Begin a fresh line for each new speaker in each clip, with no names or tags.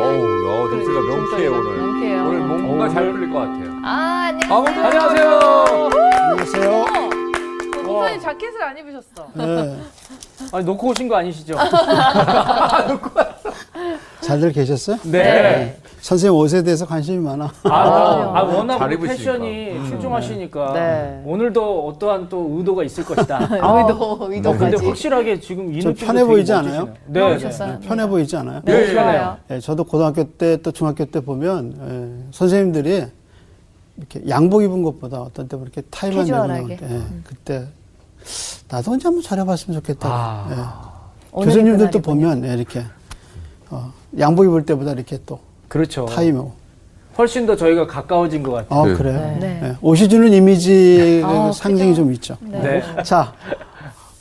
어우, 야, 목소리가
그래,
명쾌해
목소리가
오늘.
명쾌해요.
오늘 뭔가
어.
잘 풀릴 것 같아요.
아, 안녕하세요.
아무 안녕하세요.
안녕하세요.
어, 목사님 자켓을 안 입으셨어.
네,
아니 놓고 오신 거 아니시죠?
잘들 계셨어요?
네.
선생님 옷에 대해서 관심이 많아.
아,
아,
아, 워낙
잘
우리
입으시니까.
패션이 출중하시니까
네.
오늘도 어떠한 또 의도가 있을 것이다.
아, 의도,
어, 근데
의도까지.
확실하게 지금 이
좀
느낌도
편해
되게
보이지
멋지시네요.
않아요?
네.
좋았어요.
편해 보이지 않아요?
네,
예,
좋아요.
예, 저도 고등학교 때 또 중학교 때 보면 예, 선생님들이 이렇게 양복 입은 것보다 어떤 때 이렇게 타이만 입은
캐주얼하게.
것, 예, 그때 나도 혼자 한번 잘해봤으면 좋겠다. 예.
오늘이
교수님들도
그날이군요.
보면 예, 이렇게 어, 양복 입을 때보다 이렇게 또
그렇죠.
타이머.
훨씬 더 저희가 가까워진 것 같아요.
아
네.
그래요?
네.
예, 옷이 주는 이미지의
아,
그 상징이 좀 있죠.
네.
네.
자,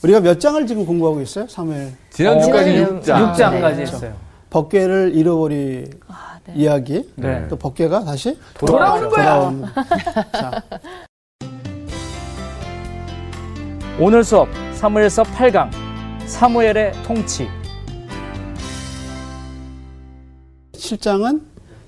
우리가 몇 장을 지금 공부하고 있어요? 삼일
지난주까지
지난주
6장.
육 장.
6장까지
네.
했어요.
벗개를 잃어버린
아, 네.
이야기.
네.
또 벗개가 다시
돌아오는 거야.
돌아오는. 자,
오늘 수업 사무엘서 8강 사무엘의 통치.
7장은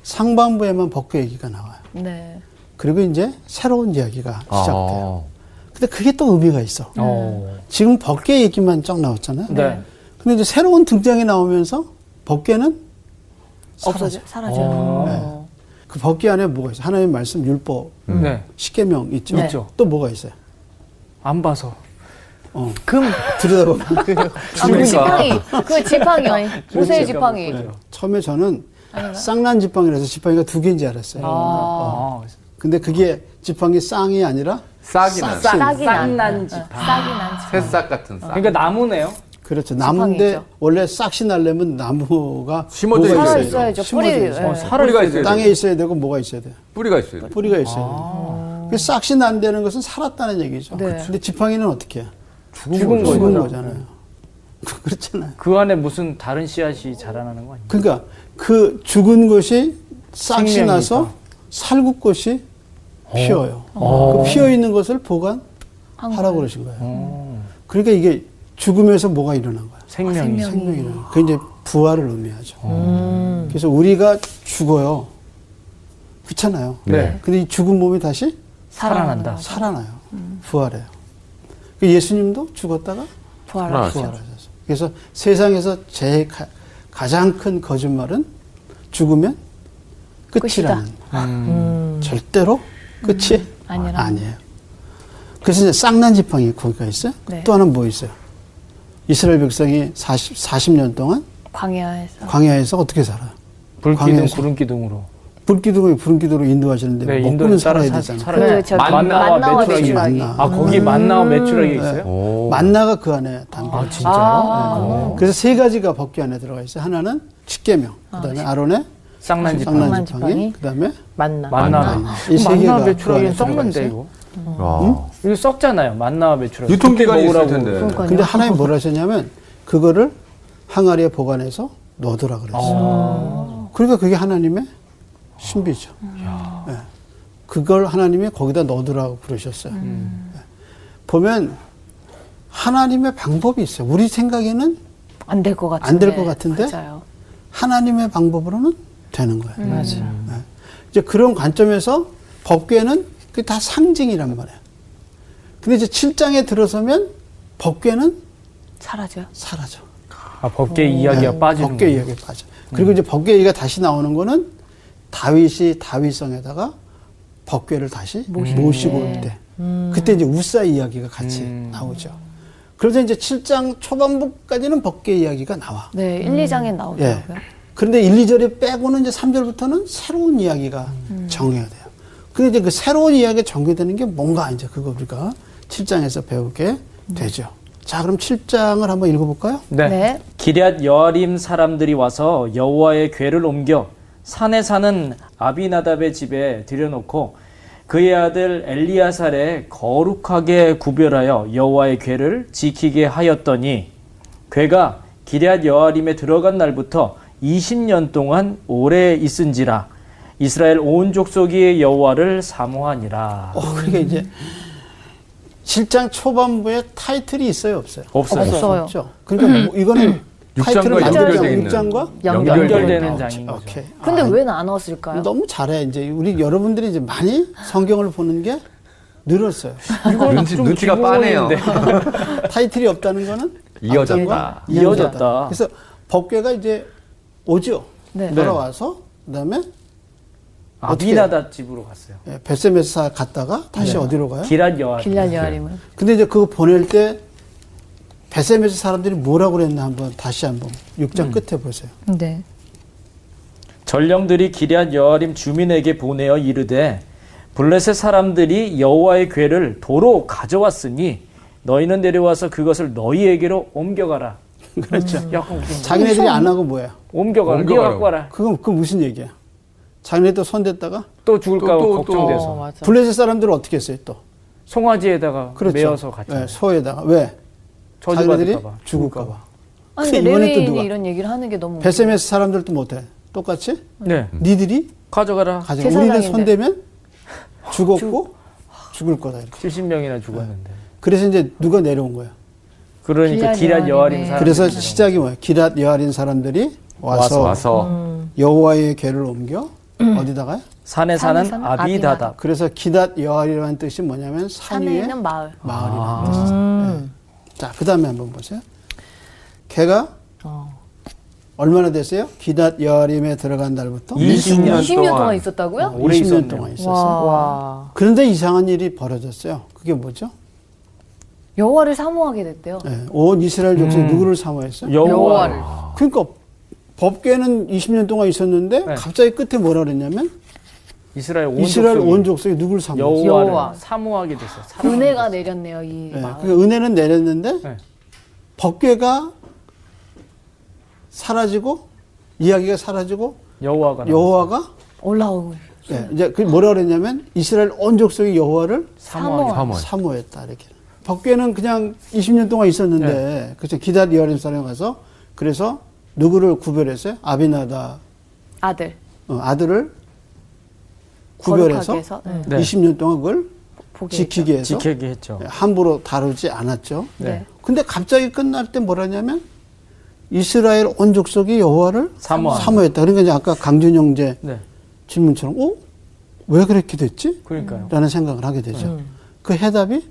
상반부에만 벗개 얘기가 나와요.
네.
그리고 이제 새로운 이야기가 시작돼요.
아,
근데 그게 또 의미가 있어.
어.
지금 벗개 얘기만 쫙 나왔잖아요.
네.
근데 이제 새로운 등장이 나오면서 벗개는 사라져.
없어져. 아, 사라져요.
그 벗개 안에 뭐가 있어? 하나님 말씀 율법
네. 그렇죠.
십계명 있죠.
네.
있죠.
또 뭐가 있어요?
안 봐서.
어.
금.
들여다보면
아, 그
그러니까.
지팡이. 그 지팡이. 모세의 지팡이.
그렇죠.
네. 처음에 저는 쌍난 지팡이라서 지팡이가 두 개인 줄 알았어요.
아,
아,
근데 그게 지팡이 쌍이 아니라
싹이 나.
싹.
싹이 난.
난
지 싹이 난 지팡이.
새싹 같은 싹.
그러니까 나무네요.
그렇죠. 나무인데
지팡이죠.
원래 싹시 날려면 나무가
심어져
뭐가
있어야
살아
있어요.
있어야죠. 뿌리.
심어져 있어요.
예.
뿌리가 있어야
땅에
돼요.
있어야 되고 뭐가 있어야 돼요?
뿌리가 있어요.
뿌리가 있어야 돼요. 그 싹시 난다는 것은 살았다는 얘기죠.
네.
근데 지팡이는 어떻게 해요?
죽은 거죠.
죽은 거잖아요. 그렇잖아요.
그 안에 무슨 다른 씨앗이 자라나는 거 아니에요?
그러니까 그 죽은 것이 싹시
생명이니까.
나서 살구 꽃이 피어요. 그 피어 있는 것을 보관하라고 그러신 거예요.
어.
그러니까 이게 죽음에서 뭐가 일어난 거야?
아, 생명이.
생명이 일어난 거야. 그 이제 부활을 의미하죠.
어.
그래서 우리가 죽어요. 그렇잖아요.
네.
근데 이 죽은 몸이 다시
살아난다.
살아나요. 부활해요. 그 예수님도 죽었다가 아,
부활하.
부활하셨어요. 그래서 세상에서 제일 가, 가장 큰 거짓말은 죽으면 끝이라는 거예요.
음.
절대로 끝이
음. 아니라는
아니에요. 그래서 이제 쌍난 지팡이 거기가 있어요.
네.
또 하나 뭐 있어요? 이스라엘 백성이 40, 40년 동안
광야에서.
광야에서 어떻게 살아요?
불기둥
광야에서.
구름 기둥으로.
불기둥이 푸른 기둥으로 인도하시는데
네,
먹고는
인도는 따라
살아야
사-
되잖아요.
살아야
그
돼요.
저기
만나와
만나와
메추라기.
메추라기.
만나. 음.
아, 거기 뭐. 만나와 메추라기
네,
있어요?
오.
만나가 그 안에 담겨 있어요.
아,
그래서 세 가지가 법규 안에 들어가 있어요. 하나는 십계명, 그다음에 아론의
쌍난지.
쌍난-
네. 쌍난 지팡이,
지팡이,
그다음에
만나.
만나.
이세 개가
만나와
그 안에
메추라기는
들어가
썩는데
있어요.
이거.
아.
이거 썩잖아요. 만나와 메추라기.
유통기간이
먹으라고.
있을 텐데.
그러니까요.
근데 하나님 뭘 하셨냐면 그거를 항아리에 보관해서 넣어두라 그랬어요. 그러니까 그게 하나님의 신비죠. 예. 그걸 하나님이 거기다 넣어두라고 그러셨어요. 예. 보면 하나님의 방법이 있어요. 우리 생각에는
안될 것 같은데.
안 될 것 같은데?
맞아요.
하나님의 방법으로는 되는
음.
거예요. 예. 이제 그런 관점에서 법궤는 그게 다 상징이란 말이에요. 근데 이제 7장에 들어서면 법궤는
사라져요.
사라져.
아, 법계 이야기가
네,
빠지는 음.
법궤
거.
이야기가 빠져. 그리고 이제 법궤 얘기가 다시 나오는 거는 다윗이 다윗성에다가 법궤를 다시 모시고 올 때.
음.
그때 이제 우사 이야기가 같이 나오죠. 그래서 이제 7장 초반부까지는 법궤 이야기가 나와.
네, 1, 2장에
예.
나오더라고요.
그런데 1, 2절에 빼고는 이제 3절부터는 새로운 이야기가
음.
정해야 돼요. 근데 이제 그 새로운 이야기가 정해되는 게 뭔가 이제 그거 우리가 7장에서 배우게
음.
되죠. 자, 그럼 7장을 한번 읽어볼까요?
네.
네.
기럇 여아림 사람들이 와서 여호와의 궤를 옮겨 산에 사는 아비나답의 집에 들여놓고 그의 아들 엘리야살에 거룩하게 구별하여 여호와의 궤를 지키게 하였더니 궤가 기럇 여아림에 들어간 날부터 20년 동안 오래 있은지라 이스라엘 온 족속이 여호와를 사모하니라
어, 그러니까 이제 실장 초반부에 타이틀이 있어요, 없어요?
없어요.
없어요. 음.
없죠. 그러니까 뭐 이거는
음. 육장과
타이틀을 만들자.
연결되어 있는
육장과
연결되어
연결되는
나오죠.
장인 거죠.
오케이.
근데
아,
왜 나눴을까요?
너무 잘해. 이제 우리 여러분들이 이제 많이 성경을 보는 게 늘었어요.
이건
눈치-
좀
눈치가 빠네요.
기본인데.
타이틀이 없다는 거는
이어졌다.
이어졌다.
그래서 법궤가 이제 오죠.
네.
돌아와서 그다음에
아비나다 집으로 갔어요.
예, 벳세메사 갔다가
네.
다시 어디로 가요?
기랏 여아.
길란 여아림은
근데 이제 그거 보낼 때 벳세메사 사람들이 뭐라고 그랬나 한번 다시 한번 6장
음.
끝에 보세요.
네.
전령들이 기리앗 여아림 주민에게 보내어 이르되 블레셋 사람들이 여호와의 궤를 도로 가져왔으니 너희는 내려와서 그것을 너희에게로 옮겨가라. 그렇죠. 약간 웃긴.
자기네들이 안 하고 뭐예요?
옮겨가라. 네가
옮겨가라고.
갖고 와라.
그건 그 무슨 얘기야? 자기네들 손댔다가
또 죽을까 봐
또, 또, 또.
걱정돼서
어,
맞아.
블레셋 사람들은 어떻게 했어요? 또
송아지에다가
그렇죠.
메어서 갔죠.
예, 소에다가 왜? 자기네들이
저주받을까 봐.
죽을까 봐.
아니 근데
이번에 또
레위인이
누가?
이런 얘기를 하는 게 너무
벳세메사 사람들도 못해. 똑같이
음.
네.
니들이
가져가라.
음. 가정
제
우리는
사랑인데.
손대면 죽었고 죽을 거다 이렇게.
70명이나 죽었는데.
그래서 이제 누가 내려온 거야.
그러니까
기랏
기랏 여아림
여아림의-
사람.
그래서 시작이 뭐야? 기랏 여아린 사람들이 와서,
와서 와서
음. 여호와의 궤를 옮겨 어디다가요?
산에 사는
산에서는
아비다다.
그래서 기랏 여아리라는 뜻이 뭐냐면 산
산에
위에
있는 마을.
아.
마을이라는 뜻이죠. 네. 자, 그다음에 한번 보세요. 걔가 얼마나 됐어요? 기닷 여아림에 들어간 날부터
20 년
20년 동안,
동안
있었다고요?
오래
20년
있었네요.
동안 있었어요.
와.
와.
그런데 이상한 일이 벌어졌어요. 그게 뭐죠?
여호와를 사모하게 됐대요.
네, 온 이스라엘 족속이 누구를 사모했어요?
음. 여호와를.
그러니까 법궤는 20년 동안 있었는데
네.
갑자기 끝에 뭐라 그랬냐면
이스라엘 온
이스라엘
족속이
온 족속이 누구를 사모했어요?
여호와를
여호와.
사모하게 됐어요. 사랑하게
은혜가 내렸네요 이
네,
마을.
그 은혜는 내렸는데
네.
법궤가 사라지고 이야기가 사라지고
여호와가 나와요.
여호와가
올라오고
네, 이제 그 뭐라 그랬냐면 이스라엘 온 족속이 여호와를
사모하게
사모.
사모해.
사모했다 이렇게. 법궤는 그냥 20년 동안 있었는데
네.
그죠 기다리 여림 사람에 가서 그래서 누구를 구별했어요? 아비나다
아들
어, 아들을 구별해서
거룩하게 해서 네.
네.
20년 동안 그걸
보게
지키게 해서
지키게 했죠.
예, 함부로 다루지 않았죠.
네. 네.
근데 갑자기 끝날 때 뭐라냐면 이스라엘 온 족속이 여호와를
사모한다.
사모했다. 그러니까 이제 아까 강준 형제
네.
질문처럼 어? 왜 그렇게 됐지?
그러니까요.
라는 생각을 하게 되죠.
음.
그 해답이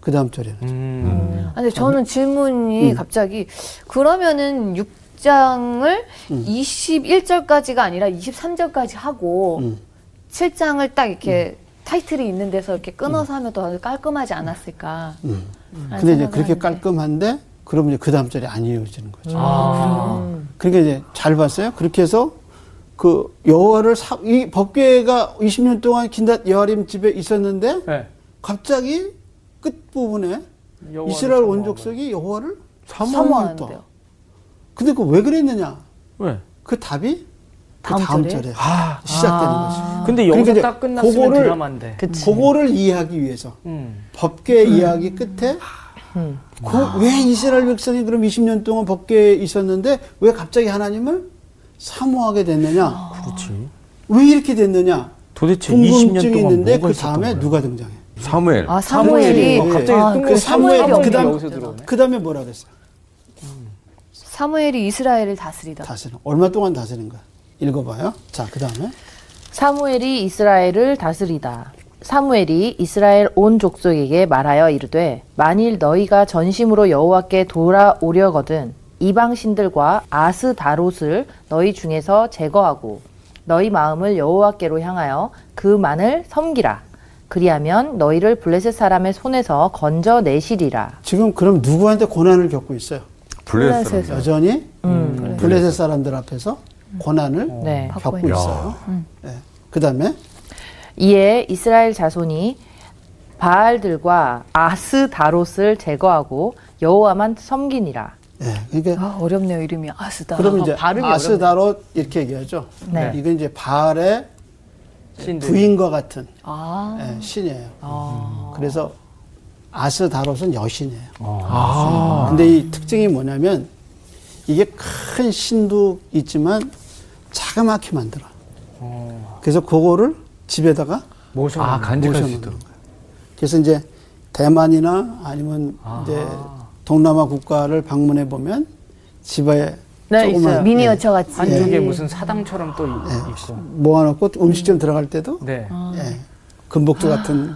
그 다음 절에는
음.
아, 근데 저는 질문이 갑자기 그러면은 6장을 21절까지가 아니라 23절까지 하고 7장을 딱 이렇게 타이틀이 있는 데서 이렇게 끊어서 하면 더 깔끔하지 않았을까? 라는
근데 이제
아, 생각을
그렇게
하는데.
깔끔한데 그러면 이제 그 다음 절이 안 이어지는 거죠.
아.
그러니까 이제 잘 봤어요. 그렇게 해서 그 여호와를 사, 이 법궤가 20년 동안 긴닷 여호림 집에 있었는데
네.
갑자기 끝 부분에
여호와를
이스라엘
사모하고.
원족속이 여호와를 사모한다.
사모하는데요. 아,
근데 그 왜 그랬느냐?
왜?
그 답이
다음
그 다음
절에?
절에
아.
시작되는 거죠.
근데
그러니까
여기서
이제
딱 끝났으면
그거를-
드라마인데.
그치.
그거를 이해하기 위해서
음. 아.
법계 이야기 끝에 그 왜 이스라엘 백성이 그럼 20년 동안 법계에 있었는데 왜 갑자기 하나님을 사모하게 됐느냐?
아. 그렇지.
왜 이렇게 됐느냐?
도대체 20년
궁금증이
동안
있는데
뭐가
그
있었던
다음에
거예요?
누가 등장해?
사무엘.
아
사무엘이
사무엘이
어, 갑자기
아,
뜬금없이
그
사무엘이
사무엘이
없는
그 다음
여기서 들어오네.
그 다음에 뭐라 그랬어?
사무엘이 이스라엘을 다스리다.
다스려. 얼마 동안 다스린 거야? 읽어봐요. 자, 그 다음에
사무엘이 이스라엘을 다스리다. 사무엘이 이스라엘 온 족속에게 말하여 이르되 만일 너희가 전심으로 여호와께 돌아오려거든 이방 신들과 아스다롯을 너희 중에서 제거하고 너희 마음을 여호와께로 향하여 그만을 섬기라. 그리하면 너희를 블레셋 사람의 손에서 건져 내시리라.
지금 그럼 누구한테 고난을 겪고 있어요?
블레셋.
네.
사람.
여전히
음,
블레셋 사람들 앞에서 고난을
네.
겪고
받고
있어요.
음.
네. 그 다음에
이에 이스라엘 자손이 바알들과 아스다롯을 제거하고 여호와만 섬기니라.
예, 그러니까
아 어렵네요 이름이 아스다.
그러면 이제
발음이
아스다로 이렇게 얘기하죠.
네.
이건 이제 바알의
신들.
부인과 같은
아
예, 신이에요. 음. 그래서 아스다롯은 여신이에요.
아.
근데 이 특징이 뭐냐면 이게 큰 신도 있지만 자그맣게 만들어. 그래서 그거를 집에다가
모셔.
아, 간직할 수
모셔놓는
있도록.
거예요. 그래서 이제 대만이나 아니면 이제 동남아 국가를 방문해 보면 집에
네, 있어요.
조그만
미니어처 같이.
예.
한쪽에 무슨 사당처럼 또 이- 있고.
모아놓고 음식점 들어갈 때도
네.
예, 금복주
아.
같은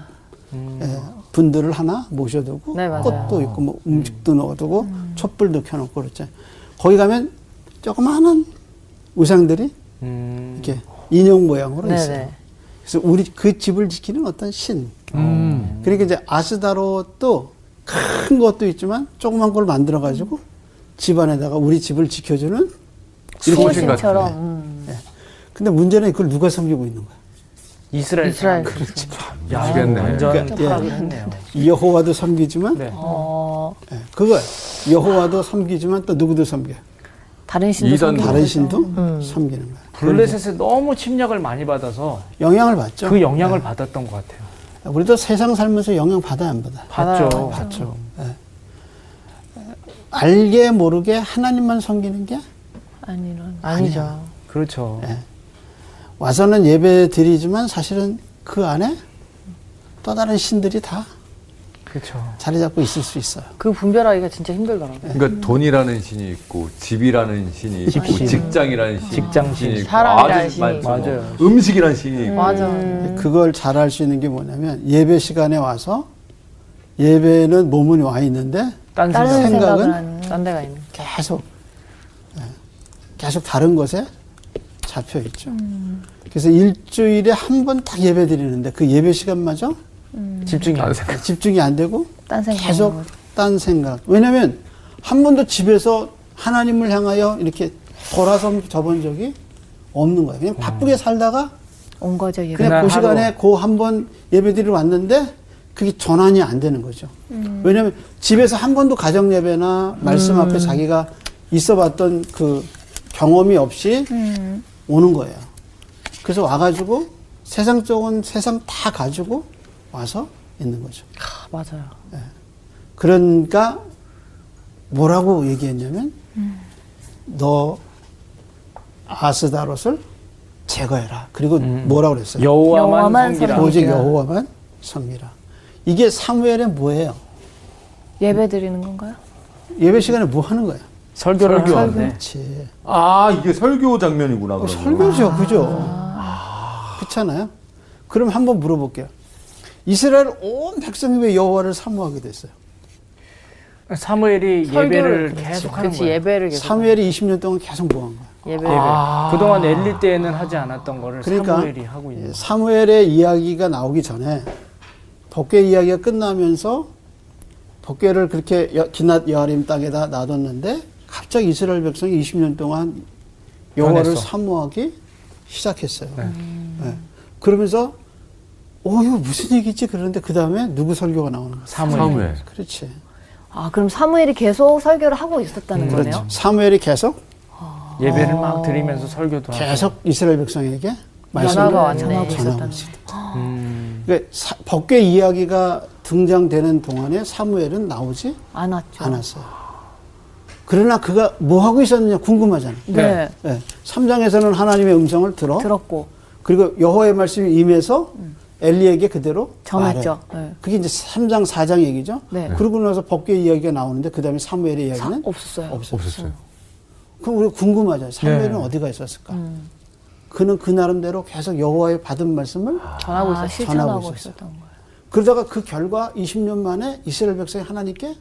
음.
예, 분들을 하나 모셔두고
네, 맞아요.
꽃도 있고 뭐 음식도 넣어두고 촛불도 켜놓고 그렇죠. 거기 가면 조그마한 의상들이
음.
이렇게 인형 모양으로
네네.
있어요. 그래서 우리 그 집을 지키는 어떤 신.
음.
그러니까 이제 아스다롯도 큰 것도 있지만 조그만 걸 만들어 가지고 집 안에다가 우리 집을 지켜주는.
수호신처럼.
네.
음.
근데 문제는 그걸 누가 섬기고 있는 거야?
이스라엘. 사람.
이스라엘.
그렇죠. 야,
미치겠네.
완전
그러니까,
파악을
예.
했네요.
여호와도 섬기지만
네.
어,
예, 그걸 여호와도 섬기지만 또 누구도 섬겨.
다른 신도
이단
음.
섬기고
다른
그러죠.
신도 섬기는 거야.
블레셋에 너무 침략을 많이 받아서
영향을 받죠.
그 영향을 받았던 것 같아요.
우리도 세상 살면서 영향 받아 안 받아.
받죠.
받죠. 알게 모르게 하나님만 섬기는 게
아니란.
아니죠.
그렇죠.
예. 와서는 예배 드리지만 사실은 그 안에 또 다른 신들이 다
그렇죠.
자리 잡고 있을 수 있어요.
그 분별하기가 진짜 힘들더라고요.
그러니까 돈이라는 신이 있고 집이라는 신이 있고
집신.
직장이라는 신이
직장 신.
있고
사람이라는
아주
신이
많죠.
맞아요.
음식이라는 신이 있고
맞아.
음.
그걸 잘 알 수 있는 게 뭐냐면 예배 시간에 와서 예배는 몸은 와 있는데
딴
다른
생각.
생각은?
생각을 하는.
딴 데가 있네.
계속 예, 계속 다른 것에 잡혀 있죠.
음.
그래서 일주일에 한 번 딱 예배 드리는데 그 예배 시간마저
집중이 안
딴
돼.
생각.
집중이 안 되고
딴 생각.
계속 딴 생각. 왜냐면 한 번도 집에서 하나님을 향하여 이렇게 돌아서 접은 적이 없는 거예요. 그냥 바쁘게 살다가
온 거죠, 예배.
그냥
그날 하루.
그 시간에 그 한 번 예배 드리러 왔는데 그게 전환이 안 되는 거죠. 왜냐면 집에서 한 번도 가정 예배나 말씀
음.
앞에 자기가 있어 봤던 그 경험이 없이
음.
오는 거예요. 그래서 와가지고 세상 쪽은 세상 다 가지고 와서 있는 거죠.
아, 맞아요.
그러니까 뭐라고 얘기했냐면 너 아스다롯을 제거해라. 그리고
음.
뭐라고 그랬어요?
여호와만
여호와만
섬기라.
섬기라.
오직 여호와만 섬기라. 이게 사무엘의 뭐예요?
예배 드리는 건가요?
예배 시간에 뭐 하는 거야?
설교를
설교.
하는데
그렇지.
아 이게 설교 장면이구나.
어,
그러면.
설교죠,
아.
그죠? 그렇잖아요. 그럼 한번 물어볼게요. 이스라엘 온 백성이 왜 여호와를 사모하게 됐어요?
사무엘이 예배를 계속하는
그렇지
거예요.
예배를 계속.
사무엘이 20년 동안 계속 뭐 한 거야?
예배.
예배. 그동안 엘리 때에는 하지 않았던 거를
그러니까
사무엘이 하고 있는
예,
거예요.
사무엘의 이야기가 나오기 전에 법궤 이야기가 끝나면서 법궤를 그렇게 여- 기낫 여아림 땅에다 놔뒀는데 갑자기 이스라엘 백성이 20년 동안 여호와를
변했어.
사모하기 시작했어요. 예. 그러면서 어 이거 무슨 얘기지? 그러는데 그 다음에 누구 설교가 나오는 거야?
사무엘.
사무엘.
그렇지.
아, 그럼 사무엘이 계속 설교를 하고 있었다는 거네요.
그렇죠. 사무엘이 계속
예배를 막 드리면서 설교도 하고.
계속 이스라엘 백성에게 말씀을
변화가
전하고
왔네.
전하고
있었다.
있었다는 거죠.
음.
그러니까 사- 법궤 이야기가 등장되는 동안에 사무엘은 나오지
안 왔죠.
않았어요. 그러나 그가 뭐 하고 있었느냐 궁금하잖아. 요
네.
네.
예. 3장에서는 하나님의 음성을 들어
들었고
그리고 여호와의 말씀이 임해서 엘리에게 그대로
음. 전했죠.
말해요.
네.
그게 이제 3장 4장 얘기죠.
네.
그러고 나서 법궤 이야기가 나오는데 그다음에 사무엘의
사-
이야기는
없었어요.
없어요.
없었어요.
그럼 우리 궁금하잖아요. 사무엘은
네.
어디가 있었을까?
음.
그는 그 나름대로 계속 여호와의 받은 말씀을
전하고
아,
전하고
있었어요.
실천하고
있었어요.
있었던 거예요.
그러다가 그 결과 20년 만에 이스라엘 백성이 하나님께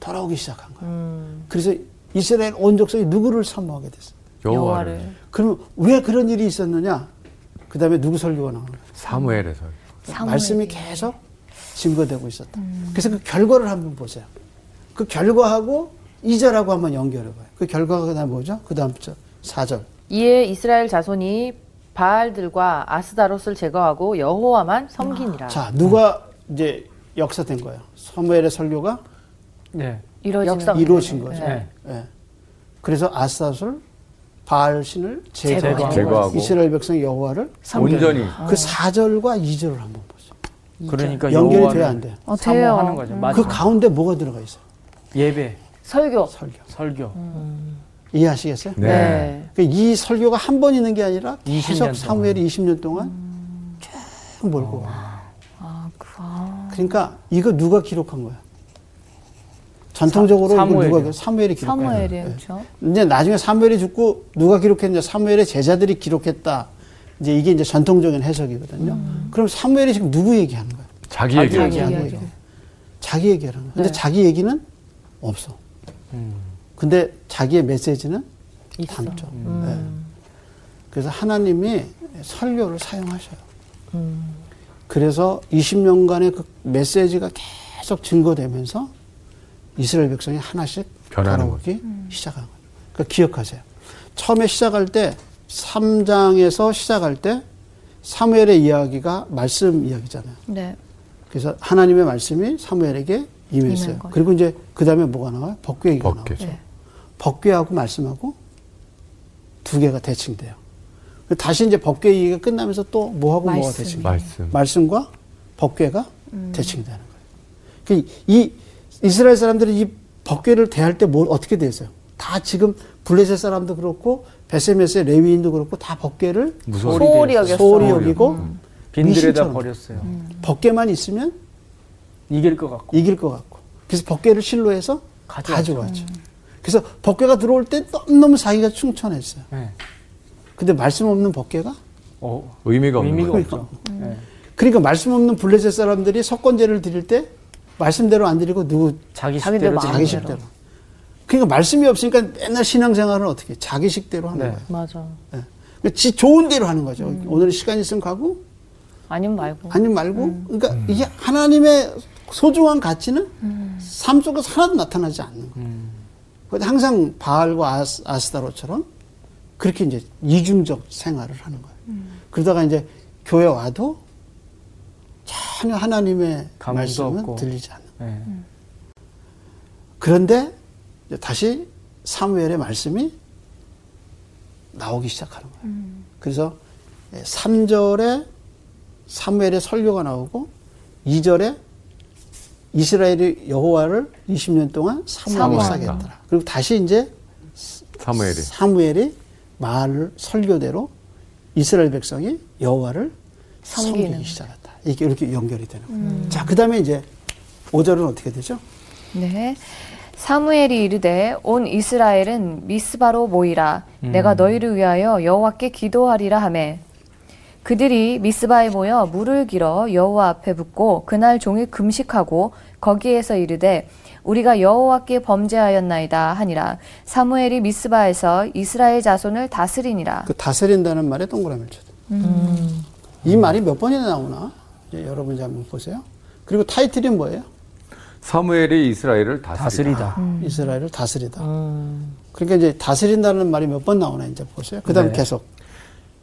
돌아오기 시작한 거예요.
음.
그래서 이스라엘 온 족속이 누구를 사모하게 됐어요.
여호와를
그러면 왜 그런 일이 있었느냐? 그 다음에 누구 설교가 나오는 거예요?
사무엘에서.
사무엘이. 음.
말씀이 계속 증거되고 있었다. 그래서 그 결과를 한번 보세요. 그 결과하고 이절하고 한번 연결해 봐요. 그 결과가 그다음 뭐죠? 그 다음 절 4절.
이에 이스라엘 자손이 바알들과 아스다롯을 제거하고 여호와만 섬기니라.
자, 누가 이제 역사된 거예요? 사무엘의 설교가
네.
이루어지는
역사-
거예요.
이루어진 거죠.
네.
예. 그래서 아스타솔 바알 신을 제거하고,
제거하고.
제거하고.
이스라엘 백성 여호와를
온전히
그 4절과 2절을 한번 보죠.
그러니까
연결이
여호와를
돼야 안 돼요.
어, 돼요.
사모하는 거죠. 맞아.
그 가운데 뭐가 들어가 있어요?
예배,
설교.
설교.
설교.
이해하시겠어요?
네.
그이 설교가 한 번 있는 게 아니라
20년 동안.
계속 사무엘이 20년 동안 쭉 몰고 와.
아, 그, 아.
그러니까 이거 누가 기록한 거야? 전통적으로
사-
이거 누가
사무엘이요.
기- 사무엘이 기록한 거예요. 네.
사무엘이 그렇죠.
이제 나중에 사무엘이 죽고 누가 기록했냐? 사무엘의 제자들이 기록했다. 이제 이게 이제 전통적인 해석이거든요. 그럼 사무엘이 지금 누구 얘기하는 거야?
자기
자기
얘기예요.
자기
얘기하는
이야기.
거예요. 자기 얘기하는 거야. 근데 자기 얘기는 없어.
음.
근데 자기의 메시지는
있어.
담죠.
음.
예. 그래서 하나님이 설교를 사용하셔요.
음.
그래서 20년간의 그 메시지가 계속 증거되면서 이스라엘 백성이 하나씩
변하는
돌아오기
음.
시작한 거예요. 그러니까 기억하세요. 처음에 시작할 때 3장에서 시작할 때 사무엘의 이야기가 말씀 이야기잖아요.
네.
그래서 하나님의 말씀이 사무엘에게 임했어요.
임한 거예요.
그리고 이제 그 다음에 뭐가 나와요? 법궤 얘기가
법궤.
나와요.
네.
법궤하고 말씀하고 두 개가 대칭돼요. 다시 이제 법궤 얘기가 끝나면서 또 뭐하고 뭐가
말씀. 음.
대칭돼요?
말씀.
말씀과 법궤가 대칭되는 거예요. 그러니까 이 이스라엘 사람들이 이 법궤를 대할 때 뭘 어떻게 대했어요? 다 지금 블레셋 사람도 그렇고 베세메스의 레위인도 그렇고 다 법궤를
무서워.
소홀히 여겼어.
소홀히 음. 여기고
음.
빈들에다
미신처럼.
버렸어요.
법궤만 있으면
이길 것 같고.
이길 것 같고 그래서 법궤를 실로 해서
가져왔죠. 음.
가져왔죠. 그래서 법궤가 들어올 때 너무너무 자기가 충천했어요.
네.
근데 말씀 없는 법궤가
어,
의미가 없는
의미가
거예요.
없죠. 네.
그러니까 말씀 없는 블레셋 사람들이 석권제를 드릴 때 말씀대로 안 드리고 누구
자기
자기들
식대로
자기
되는
식대로. 그러니까 말씀이 없으니까 맨날 신앙생활은 어떻게 해? 자기 식대로 하는
네.
거예요.
맞아.
예. 그러니까 지 좋은 대로 하는 거죠. 오늘 시간 있으면 가고
아니면 말고. 음.
아니면 말고. 그러니까 이게 하나님의 소중한 가치는
음.
삶 속에서 하나도 나타나지 않는 거예요.
음.
그런데 항상 바알과 아스, 아스다로처럼 그렇게 이제 이중적 생활을 하는 거예요.
음.
그러다가 이제 교회 와도 전혀 하나님의
감도
말씀은
없고.
들리지 않는 거예요.
거예요. 네.
그런데 이제 다시 사무엘의 말씀이 나오기 시작하는 거예요. 그래서 예, 3절에 사무엘의 설교가 나오고 2절에 이스라엘이 여호와를 20년 동안 사모하고
사모하였다.
싸겠더라. 그리고 다시 이제
사무엘이.
사무엘이 말을 설교대로 이스라엘 백성이 여호와를
섬기는
섬기기 시작했다. 이게 이렇게 연결이 되는 거예요. 자, 그다음에 이제 5절은 어떻게 되죠?
네. 사무엘이 이르되 온 이스라엘은 미스바로 모이라
음.
내가 너희를 위하여 여호와께 기도하리라 하매 그들이 미스바에 모여 물을 길어 여호와 앞에 붓고 그날 종일 금식하고 거기에서 이르되 우리가 여호와께 범죄하였나이다 하니라 사무엘이 미스바에서 이스라엘 자손을 다스리니라
그 다스린다는 말에 동그라미를 쳐다. 이 말이 몇 번이나 나오나? 이제 여러분이 한번 보세요. 그리고 타이틀이 뭐예요?
사무엘이 이스라엘을 다스리다.
다스리다.
이스라엘을 다스리다.
음.
그러니까 이제 다스린다는 말이 몇 번 나오나 이제 보세요. 그다음 에
네.
계속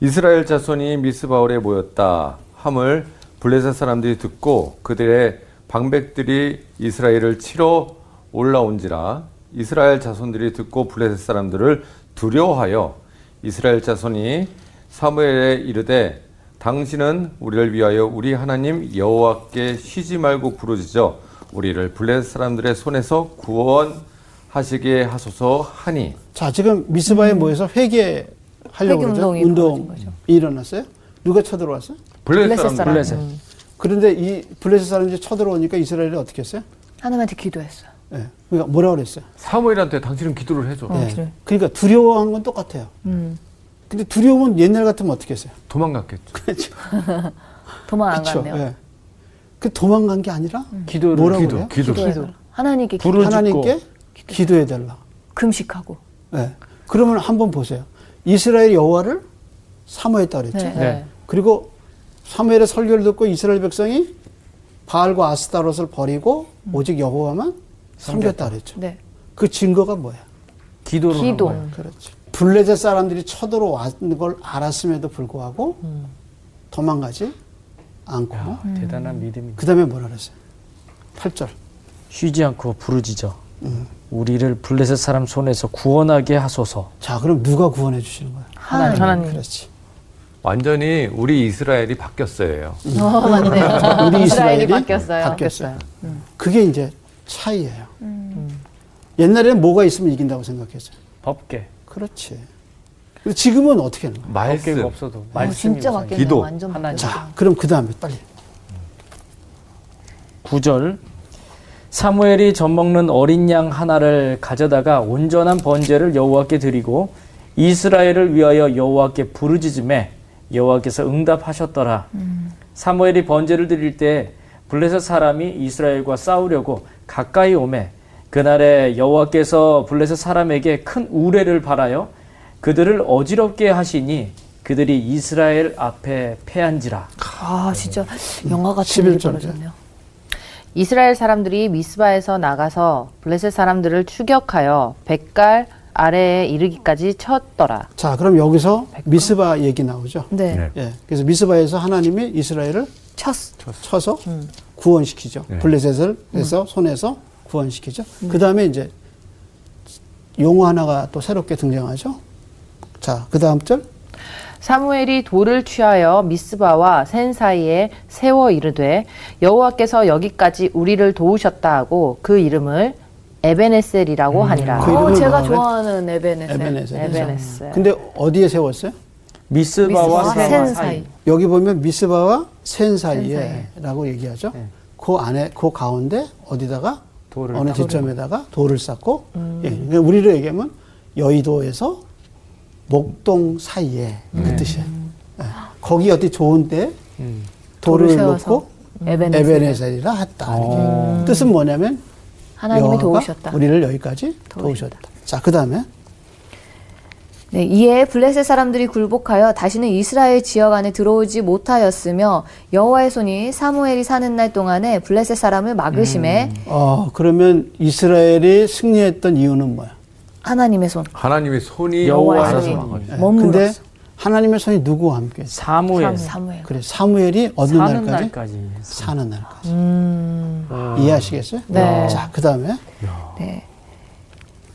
이스라엘 자손이 미스바울에 모였다 함을 블레셋 사람들이 듣고 그들의 방백들이 이스라엘을 치러 올라온지라 이스라엘 자손들이 듣고 블레셋 사람들을 두려워하여 이스라엘 자손이 사무엘에 이르되 당신은 우리를 위하여 우리 하나님 여호와께 쉬지 말고 부르짖어 우리를 블레셋 사람들의 손에서 구원하시게 하소서 하니
자 지금 미스바에 모여서 회개 하려고
음. 회개
그러죠.
운동이 벌어진
운동
거죠.
일어났어요. 누가 쳐들어왔어요?
블레셋
블레셋
사람들
블레셋.
그런데 이 블레셋 사람들이 쳐들어오니까 이스라엘이 어떻게 했어요?
하나님한테 기도했어요.
예. 그러니까 뭐라 그랬어요?
사무엘한테 당신은 기도를 해줘
어,
예. 그러니까 두려워한 건 똑같아요.
음.
근데 두려움은 옛날 같으면 어떻게 했어요?
도망갔겠죠.
도망 안
그렇죠.
갔네요.
예. 그 도망간 게 아니라
기도를
뭐라고
기도,
그래요?
기도.
기도. 하나님께 기도.
부르짖고.
음. 하나님께 기도해 달라.
금식하고.
예. 그러면 한번 보세요. 이스라엘 여호와를 사모했다 그랬죠.
네.
네.
그리고 사무엘의 설교를 듣고 이스라엘 백성이 바알과 아스타롯을 버리고 오직 여호와만 음. 섬겼다 그랬죠.
네.
그 증거가 뭐야?
기도를 한
기도.
거예요.
그렇죠. 블레셋 사람들이 쳐들어왔는 걸 알았음에도 불구하고 도망가지 않고
야, 대단한 믿음입니다.
그다음에 뭐라 그랬어요? 8절.
쉬지 않고 부르짖어.
음.
우리를 블레셋 사람 손에서 구원하게 하소서.
자, 그럼 누가 구원해 주시는 거야?
하나님.
하나님.
그렇지.
완전히 우리 이스라엘이 바뀌었어요.
어, 맞네요.
우리
이스라엘이
이스라엘이
바뀌었어요.
바뀌었어요. 그게 이제 차이예요. 음. 옛날에는 뭐가 있으면 이긴다고 생각했어요.
법계.
그렇지. 근데 지금은 어떻게 하는 거야?
말씀.
법계가 없어도
어,
말씀이
진짜
우선이에요.
바뀌었네요.
기도.
완전
하나님.
그
바뀌었어요.
자, 그럼 그 다음에 빨리.
9절 사무엘이 젖먹는 어린 양 하나를 가져다가 온전한 번제를 여호와께 드리고 이스라엘을 위하여 여호와께 부르짖음에 여호와께서 응답하셨더라. 사무엘이 번제를 드릴 때 블레셋 사람이 이스라엘과 싸우려고 가까이 오매 그날에 여호와께서 블레셋 사람에게 큰 우레를 바라여 그들을 어지럽게 하시니 그들이 이스라엘 앞에 패한지라.
아 진짜 영화 같은 일이
11절
벌어졌네요.
이스라엘 사람들이 미스바에서 나가서 블레셋 사람들을 추격하여 백갈 아래에 이르기까지 쳤더라.
자, 그럼 여기서 미스바 얘기 나오죠.
네.
네.
예. 그래서 미스바에서 하나님이 이스라엘을
쳤.
쳐서 구원시키죠.
네.
블레셋을 해서 손에서 구원시키죠. 그 다음에 이제 용어 하나가 또 새롭게 등장하죠. 자, 그 다음 절.
사무엘이 돌을 취하여 미스바와 센 사이에 세워 이르되 여호와께서 여기까지 우리를 도우셨다 하고 그 이름을 에베네셀이라고 하니라.
그
어,
이름을
제가
뭐라고요?
좋아하는 에베네셀.
에베네셀.
에베네셀.
근데 어디에 세웠어요?
미스바와
미스바와
세마
센
사이.
사이.
여기 보면 미스바와 센 사이에라고 얘기하죠.
네.
그 안에, 그 가운데 어디다가
돌을
어느 지점에다가 돌을 쌓고,
음.
예. 그러니까 우리로 얘기하면 여의도에서 목동 사이에
네.
그 뜻이에요. 예. 거기 어디 좋은데 돌을
음. 세워서 음.
놓고
에베네셀.
에베네셀이라 했다. 이렇게. 뜻은 뭐냐면
하나님이
여호와가
도우셨다.
우리를 여기까지 도우셨다. 자, 그 다음에
네, 이에 블레셋 사람들이 굴복하여 다시는 이스라엘 지역 안에 들어오지 못하였으며 여호와의 손이 사무엘이 사는 날 동안에 블레셋 사람을 막으심에
어, 그러면 이스라엘이 승리했던 이유는 뭐야?
하나님의 손
하나님의 손이
여호와의
알아서
손이.
막아주
예, 근데
머물렀어.
하나님의 손이 누구와 함께? 했어요?
사무엘
사무엘.
그래 사무엘이 어느
사는
네?
날까지?
날까지.
사는 날까지. 이해하시겠어요?
네.
자, 그 다음에
네.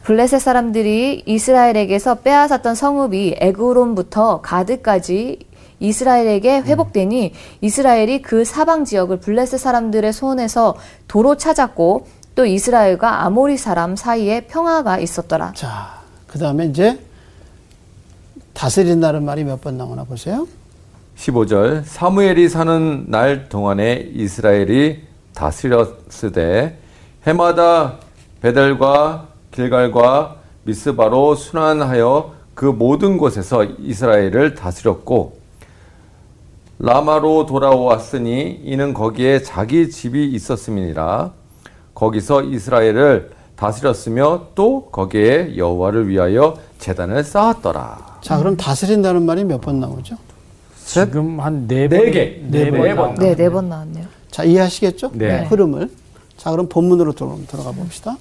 블레셋 사람들이 이스라엘에게서 빼앗았던 성읍이 에그론부터 가드까지 이스라엘에게 회복되니 이스라엘이 그 사방 지역을 블레셋 사람들의 손에서 도로 찾았고 또 이스라엘과 아모리 사람 사이에 평화가 있었더라.
자, 그 다음에 이제 다스린다는 말이 몇 번 나오나 보세요.
15절 사무엘이 사는 날 동안에 이스라엘이 다스렸으되 해마다 베델과 길갈과 미스바로 순환하여 그 모든 곳에서 이스라엘을 다스렸고 라마로 돌아왔으니 이는 거기에 자기 집이 있었음이니라 거기서 이스라엘을 다스렸으며 또 거기에 여호와를 위하여 재단을 쌓았더라.
자, 그럼 다스린다는 말이 몇 번 나오죠?
지금 한 네
네
번,
개.
네
네
번,
번.
나왔네.
네, 네 번 나왔네요.
자, 이해하시겠죠?
네.
흐름을. 자, 그럼 본문으로 들어, 들어가 봅시다.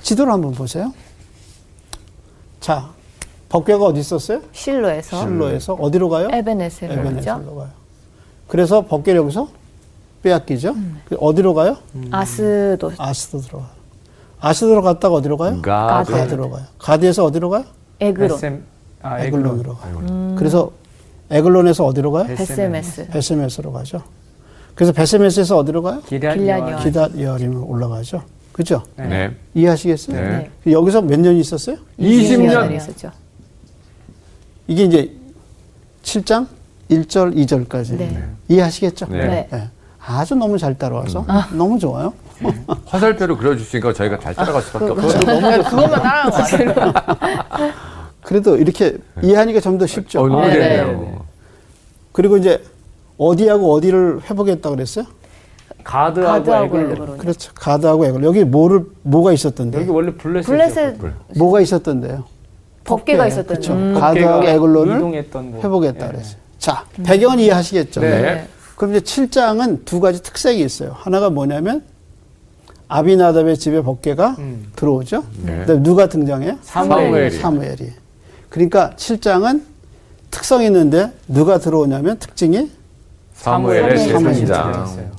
지도를 한번 보세요. 자, 법궤가 어디 있었어요?
실로에서
실로에서 어디로 가요?
음. 에베네셀이죠.
에베네셀로 가요. 그래서 법궤를 여기서 빼앗기죠.
음.
그 어디로 가요?
아스도
아스도 들어가요. 아스도로 갔다가 어디로 가요?
가드.
가드로 가요. 가드에서 어디로 네, 가요?
에그론
SM, 아, 에글론.
에글론으로 가요. 그래서 에글론에서 어디로 가요?
음. 베세메스
베스메스로 가죠. 그래서 베스메스에서 어디로 가요?
기란이와
길란이와
기다 여림으로 올라가죠. 그죠?
네.
이해하시겠어요?
네.
여기서 몇 년 있었어요?
이십 년.
있었죠.
이게 이제 7장 1절 2절까지
네.
이해하시겠죠?
네. 음.
네.
예. 아주 너무 잘 따라와서 너무 좋아요.
화살표로 그려주시니까 저희가 잘 따라갈 수밖에 없어요.
그것만 따라한 거 같아요.
그래도 이렇게 이해하니까 좀 더 쉽죠.
네. 어, 너무
네, 네,
재밌네요.
그리고 이제 어디하고 어디를 회복했다 그랬어요?
아, 가드하고
가드하고
에글론.
에그론.
그렇죠. 가드하고 에글 여기 뭐를 뭐가 있었던데?
여기
요
원래 블레셋.
블레셋
뭐가 있었던데요?
법계가 있었던
그렇죠.
죠
가드하고 에글론을
이동했던 곳.
회복했다 그랬어요. 자, 배경은 이해하시겠죠?
네.
그럼 이제 7장은 두 가지 특색이 있어요. 하나가 뭐냐면 아비나답의 집에 법궤가 들어오죠.
네.
그다음에 누가 등장해요?
사무엘이.
사무엘이. 그러니까 7장은 특성이 있는데 누가 들어오냐면 특징이
사무엘의
사무엘의
제사장.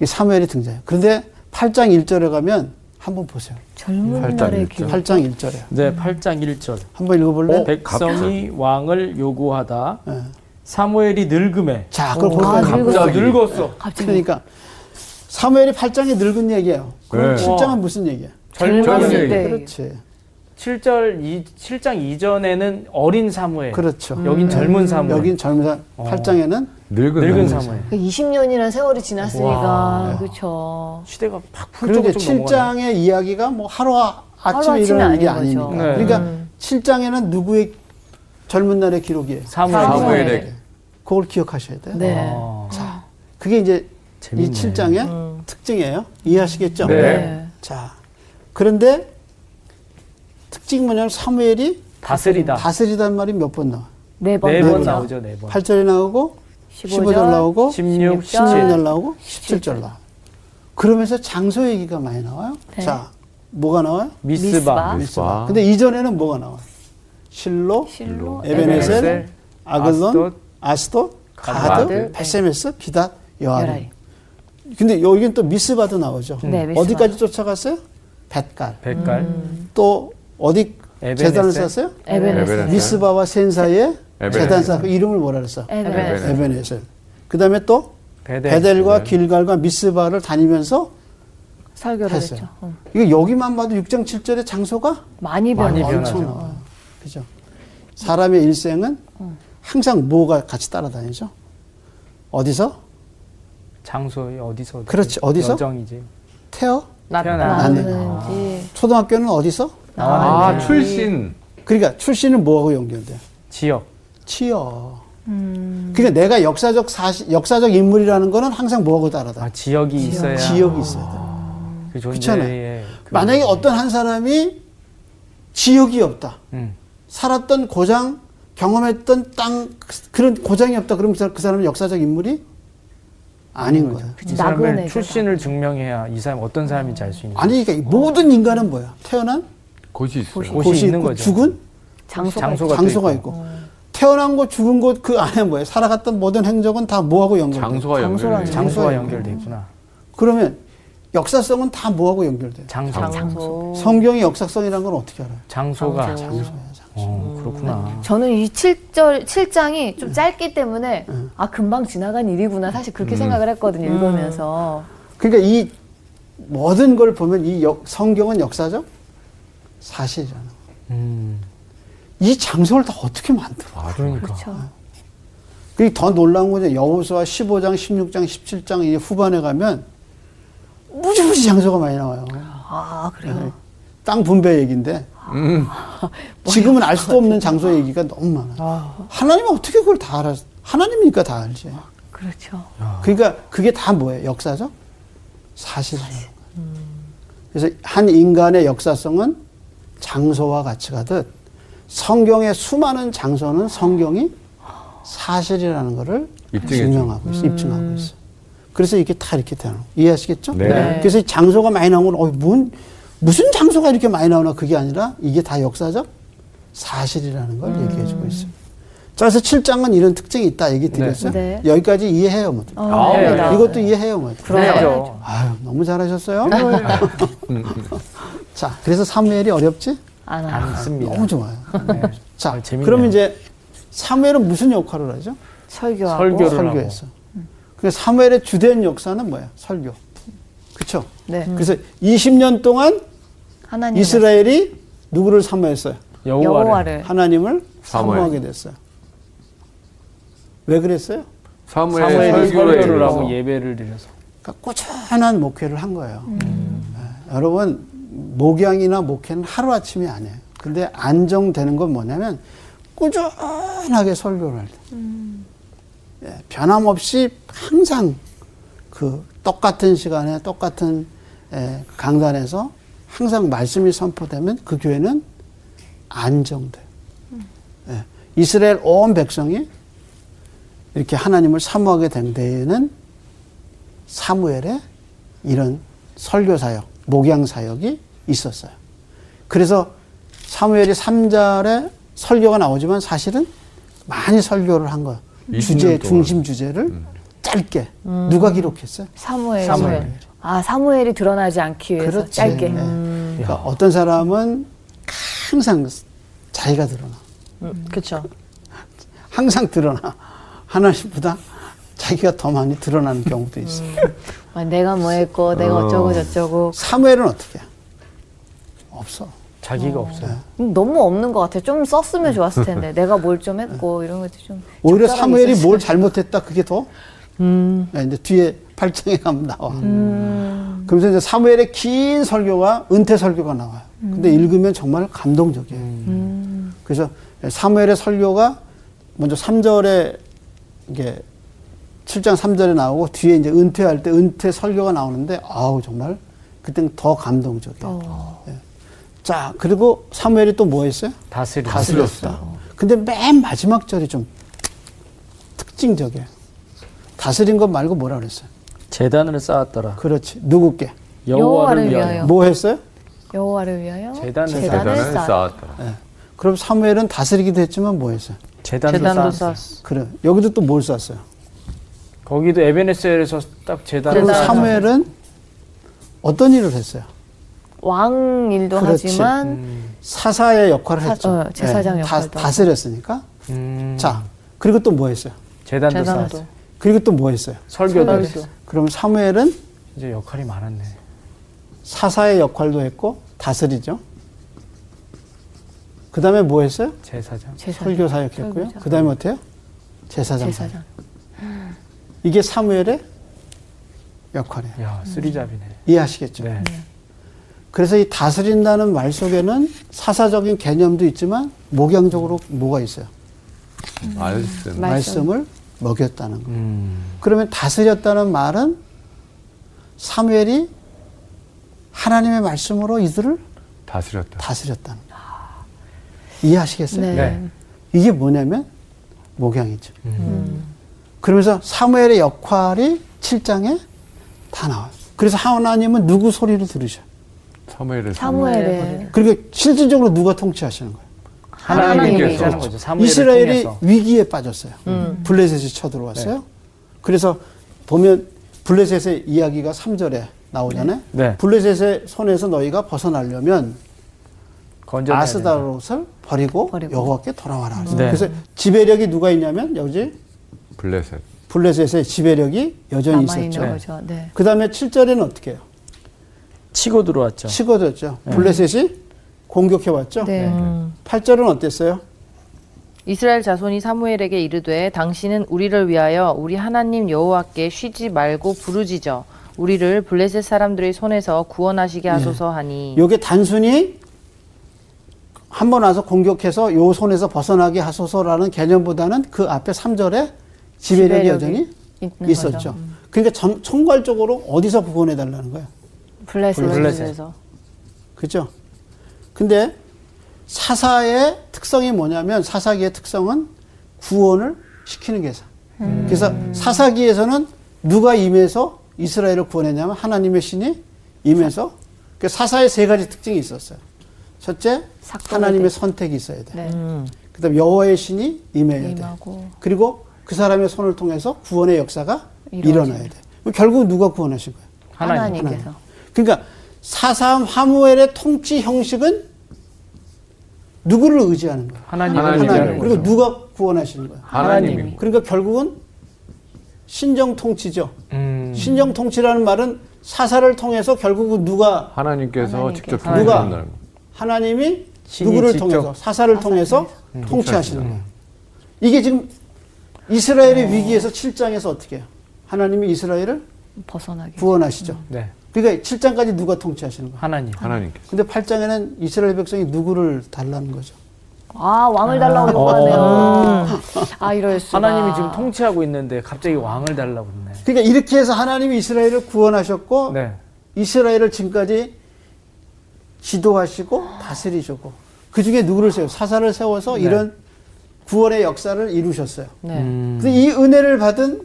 이 사무엘이 등장해요. 그런데 8장 1절에 가면 한번 보세요.
젊은
팔짱
날의
있죠.
길.
8장 1절에
네, 8장 1절.
한번 읽어볼래? 요
백성이 왕을 요구하다. 사무엘이 늙음에
자, 그걸
아,
보세요.
늙었어.
늙었어.
갑자기
그러니까 사무엘이 8장이 늙은 얘기예요. 그럼
네.
7장은 무슨 얘기야?
젊었을
젊은
때
그렇지.
7절 이 7장 이전에는 어린 사무엘.
그렇죠.
네. 여긴 젊은 사무엘.
여긴 젊은 사람, 8장에는
늙은,
늙은
사람.
사무엘.
그 20년이란 세월이 지났으니까
와.
그렇죠.
시대가 팍
그리고
훌쩍
이제
좀 넘어가네.
칠장의 이야기가 뭐 하루 아- 아침에
하루아침이
일어나는 게
아닌 거죠.
아니니까.
네.
그러니까 칠장에는 누구의 젊은 날의 기록이에요.
사무엘.
사무엘.
사무엘의
그걸 기억하셔야 돼요.
네.
어.
아,
그게 이제
재밌네.
이 칠장의 특징이에요. 이해하시겠죠?
네.
자, 그런데 특징이 뭐냐면 사무엘이
다스리다.
다스리단 말이 몇 번 나와.
네 번.
네 번
네.
나오죠. 네 번.
8절에 나오고
15절,
15절 나오고
16,
16, 17.
16절 나오고 17절 나와. 그러면서 장소 얘기가 많이 나와요.
네.
자, 뭐가 나와요?
미스바.
미스바.
아.
미스바.
근데 이전에는 뭐가 나와? 실로,
실로
에베네셀,
에베네셀,
아글론,
아스돗,
아스돗,
가드,
가드, 베세메스, 비닷, 네. 여아림.
열아이.
근데 여기는 또 미스바도 나오죠.
네, 미스바.
어디까지 쫓아갔어요? 뱃갈.
백갈.
또 어디
에베네셀.
재단을 쌓았어요?
에베네셀.
에베네셀.
미스바와 센 사이에
에베네셀.
재단 쌓고 이름을 뭐라 그랬어?
에베네셀.
에베네셀.
에베네셀. 그다음에 또
베델.
베델과 길갈과 미스바를 다니면서
설교를 했죠.
했어요.
어.
이게 여기만 봐도 6장 7절의 장소가
많이
많이
변해요.
변하죠.
엄청 나와요.
어.
그죠? 사람의 일생은 항상 뭐가 같이 따라다니죠? 어디서?
장소 어디서?
그렇지, 어디서?
여정이지.
태어?
아,
태어나.
안 돼.
네. 나는지
초등학교는 어디서?
아, 출신.
그러니까 출신은 뭐하고 연결돼요?
지역.
치어. 그러니까 내가 역사적 사실, 역사적 인물이라는 거는 항상 뭐하고 따라다.
아 지역이 있어야.
지역이 있어야 돼.
그
그렇잖아요.
존재의. 그-
만약에 어떤 한 사람이 지역이 없다.
음.
살았던 고장, 경험했던 땅, 그- 그런 고장이 없다. 그러면 그 사람- 그 사람은 역사적 인물이 아닌 거예요.
이 사람을
나그네가.
출신을 증명해야 이 사람 어떤 사람인지 알 수 있는.
아니, 그러니까 모든 인간은 뭐야? 태어난
곳이 있어요.
곳이
곳이
있는
있고
거죠.
죽은
장소가
장소가 또
장소가 있고. 태어난 곳, 죽은 곳 그 안에 뭐예요? 살아갔던 모든 행적은 다 뭐하고 연결돼?
장소와 연결.
장소랑
장소와
장소에
연결돼 있구나.
그러면 역사성은 다 뭐하고 연결돼요?
장소.
장소.
성경의 역사성이라는 건 어떻게 알아요?
장소가.
장소.
장소예요, 장소.
어, 그렇구나.
저는 이 7절, 7장이
음.
좀 짧기 때문에 아, 금방 지나간 일이구나. 사실 그렇게
음.
생각을 했거든요, 읽으면서.
그러니까 이 모든 걸 보면 이 역- 성경은 역사적 사실이라는 거예요.
음,
이 장소를 다 어떻게 만들어?
아,
그러니까.
그렇죠.
그게 더 놀라운 거죠. 여호수아 15장, 16장, 17장 이 후반에 가면 무지무지 장소가 많이 나와요.
아,
네.
그래요?
땅 분배 얘기인데 지금은 알 수도 없는 장소 얘기가 너무 많아요. 하나님은 어떻게 그걸 다 알아? 하나님이니까 다 알지.
그렇죠.
그러니까 그게 다 뭐예요? 역사죠? 사실이라는 음. 거예요. 그래서 한 인간의 역사성은 장소와 같이 가듯 성경의 수많은 장소는 성경이 사실이라는 것을
입증했죠.
증명하고 있어, 입증하고 있어. 그래서 이게 다 이렇게 되는 거. 이해하시겠죠?
네. 네.
그래서 이 장소가 많이 나오는 건 어, 뭔, 무슨 장소가 이렇게 많이 나오나 그게 아니라 이게 다 역사적 사실이라는 걸 얘기해주고 있어요. 자, 그래서 7장은 이런 특징이 있다 얘기 드렸어요.
네.
여기까지 이해해요, 뭐.
어,
아, 네.
네.
이것도 이해해요, 뭐.
그래야죠.
아유, 너무 잘하셨어요. 자, 그래서 사무엘이 어렵지?
안 하죠.
안 씁니다.
너무 좋아요.
음, 네.
자,
아, 재밌네요.
그러면 이제 사무엘은 무슨 역할을 하죠?
설교하고.
설교를 하고.
설교했어. 그 사무엘의 주된 역사는 뭐야? 설교. 그쵸?
네. 음.
그래서 20년 동안
하나님.
이스라엘이 누구를 사모했어요?
여호와를.
여호와를.
하나님을
사모엘.
사모하게 됐어요. 왜 그랬어요?
사무엘
사무엘이
설교를
설교를
해서.
하고 예배를 드려서.
그러니까 꾸준한 목회를 한 거예요. 예, 여러분 목양이나 목회는 하루 아침이 아니에요. 근데 안정되는 건 뭐냐면 꾸준하게 설교를 할 때, 예, 변함없이 항상 그 똑같은 시간에 똑같은 예, 강단에서 항상 말씀이 선포되면 그 교회는 안정돼요. 예, 이스라엘 온 백성이 이렇게 하나님을 사모하게 된 데에는 사무엘의 이런 설교 사역, 목양 사역이 있었어요. 그래서 사무엘이 3절에 설교가 나오지만 사실은 많이 설교를 한 거예요.
20년
주제,
동안. 음.
중심 주제를 짧게.
음.
누가 기록했어요?
사무엘.
사무엘.
아, 사무엘이 드러나지 않기 위해서 짧게. 음.
예. 그러니까 어떤 사람은 항상 자기가 드러나.
그렇죠.
항상 드러나. 하나님보다 자기가 더 많이 드러나는 경우도 있어요.
아, 내가 뭐 했고, 내가
어.
어쩌고 저쩌고.
사무엘은 어떻게? 해? 없어.
음.
자기가 없어요.
음, 너무 없는 것 같아. 좀 썼으면 좋았을 텐데. 내가 뭘 좀 했고 이런 것도 좀.
음. 오히려
적절하게
사무엘이
썼으면
뭘 잘못했다 그게 더 예, 이제 뒤에 8장에 가면 나와. 그러면서 이제 사무엘의 긴 설교가 은퇴 설교가 나와요. 근데 읽으면 정말 감동적이에요. 음. 그래서 사무엘의 설교가 먼저 3절에 이게 7장 3절에 나오고 뒤에 이제 은퇴할 때 은퇴 설교가 나오는데 아우 정말 그땐 더 감동적이에요. 예. 자, 그리고 사무엘이 또 뭐 했어요? 어.
다스리.
다스렸다. 근데 맨 마지막 절이 좀 특징적이에요. 다스린 것 말고 뭐라 그랬어요?
재단을 쌓았더라.
그렇지. 누구께?
여호와를
여호와를
위하여.
위하여.
뭐 했어요?
여호와를 위하여
재단을
대단을 쌓았다.
예. 그럼 사무엘은 다스리기도 했지만 뭐 했어요?
재단도,
재단도
쌓았어.
쌓았어.
그래. 여기도 또 뭘 쌌어요?
네,
거기도 에베네셀에서 딱 재단을
그리고
쌓았어.
재단.
사무엘은 어떤 일을 했어요?
왕 일도
그렇지.
하지만
음. 사사의 역할을
사-
했죠.
어, 제사장
예.
역할도
다, 다스렸으니까.
음,
자, 그리고 또 뭐 했어요?
재단도
재단도.
쌓았어.
그리고 또 뭐 했어요?
설교도
설교도.
했어.
그럼 사무엘은
이제 역할이 많았네.
사사의 역할도 했고 다스리죠. 그 다음에 뭐 했어요?
제사장.
제사
설교 사역했고요.
설교사.
그 다음에 어때요? 제사장. 사역.
제사장.
이게 사무엘의 역할이에요.
야, 쓰리잡이네.
이해하시겠죠?
음. 네.
그래서 이 다스린다는 말 속에는 사사적인 개념도 있지만 목양적으로 뭐가 있어요?
말씀.
말씀.
말씀을 먹였다는 거.
음.
그러면 다스렸다는 말은 사무엘이 하나님의 말씀으로 이들을
다스렸다.
다스렸다는 거. 이해하시겠어요?
네.
네.
이게 뭐냐면 목양이죠.
음.
음. 그러면서 사무엘의 역할이 7장에 다 나와요. 그래서 하나님은 누구 소리를 들으셔? 요
사무엘을
사무엘의
그리고 실질적으로 누가 통치하시는 거예요?
하나님이.
하나님께서 하는 거죠. 사무엘을
이스라엘이
통해서. 음. 네.
위기에 빠졌어요. 블레셋이 쳐들어왔어요. 그래서 보면 블레셋의 이야기가 3절에 나오잖아요.
네.
블레셋의 손에서 너희가 벗어나려면
건져내야 된다.
아스다롯을 버리고,
버리고.
여호와께 돌아와라. 그랬어요.
네.
그래서 지배력이 누가 있냐면 여기
블레셋.
블레셋의 지배력이 여전히
남아 있는
있었죠.
거죠. 네.
그 다음에 7절에는 어떻게 해요?
치고 들어왔죠.
치고졌죠. 블레셋이 공격해왔죠.
네.
팔 8절은 어땠어요?
이스라엘 자손이 사무엘에게 이르되 당신은 우리를 위하여 우리 하나님 여호와께 쉬지 말고 부르짖어 우리를 블레셋 사람들의 손에서
네.
구원하시게 하소서 하니
요게 단순히 한 번 와서 공격해서 요 손에서 벗어나게 하소서라는 개념보다는 그 앞에 3절에 지배력이,
지배력이
여전히
있는
있었죠.
거죠.
그러니까 전- 총괄적으로 어디서 구원해달라는 거예요.
블레셋.
블레셋에서
그죠? 근데 사사의 특성이 뭐냐면 사사기의 특성은 구원을 시키는 게사.
음.
그래서 사사기에서는 누가 임해서 이스라엘을 구원했냐면 하나님의 신이 임해서 그 사사의 세 가지 특징이 있었어요. 첫째,
삭도가
하나님의
되고.
선택이 있어야 돼.
네.
그다음 여호와의 신이 임해야 돼.
임하고.
그리고 그 사람의 손을 통해서 구원의 역사가
이루어지는.
일어나야 돼. 결국 누가 구원하신 거예요?
하나님.
하나님께서.
그러니까 사삼 하무엘의 통치 형식은 누구를 의지하는 거야?
하나님.
하나님.
하나님.
의지하는
그리고 누가 구원하시는 거야?
하나님이.
그러니까 결국은 신정 통치죠.
음.
신정 통치라는 말은 사사를 통해서 결국은 누가
하나님께서 직접 통치를
하나님.
누가?
한다는 거.
하나님이
신이
누구를
직접
통해서 사사를 통해서 통치하시는 거예요. 이게 지금 이스라엘의 위기에서 7장에서 어떻게 해요? 하나님이 이스라엘을
벗어나게.
구원하시죠.
네.
그러니까 7장까지 누가 통치하시는 거예요?
하나님.
하나님께서.
근데 8장에는 이스라엘 백성이 누구를 달라는 거죠?
아 왕을 달라고 요구하네요. 아 이럴 수가.
하나님이 지금 통치하고 있는데 갑자기 왕을 달라고 그러네.
그러니까 이렇게 해서 하나님이 이스라엘을 구원하셨고
네.
이스라엘을 지금까지 지도하시고 다스리셨고 그 중에 누구를 세워 사사를 세워서 이런 구원의 역사를 이루셨어요.
네.
네. 음.
근데 이 은혜를 받은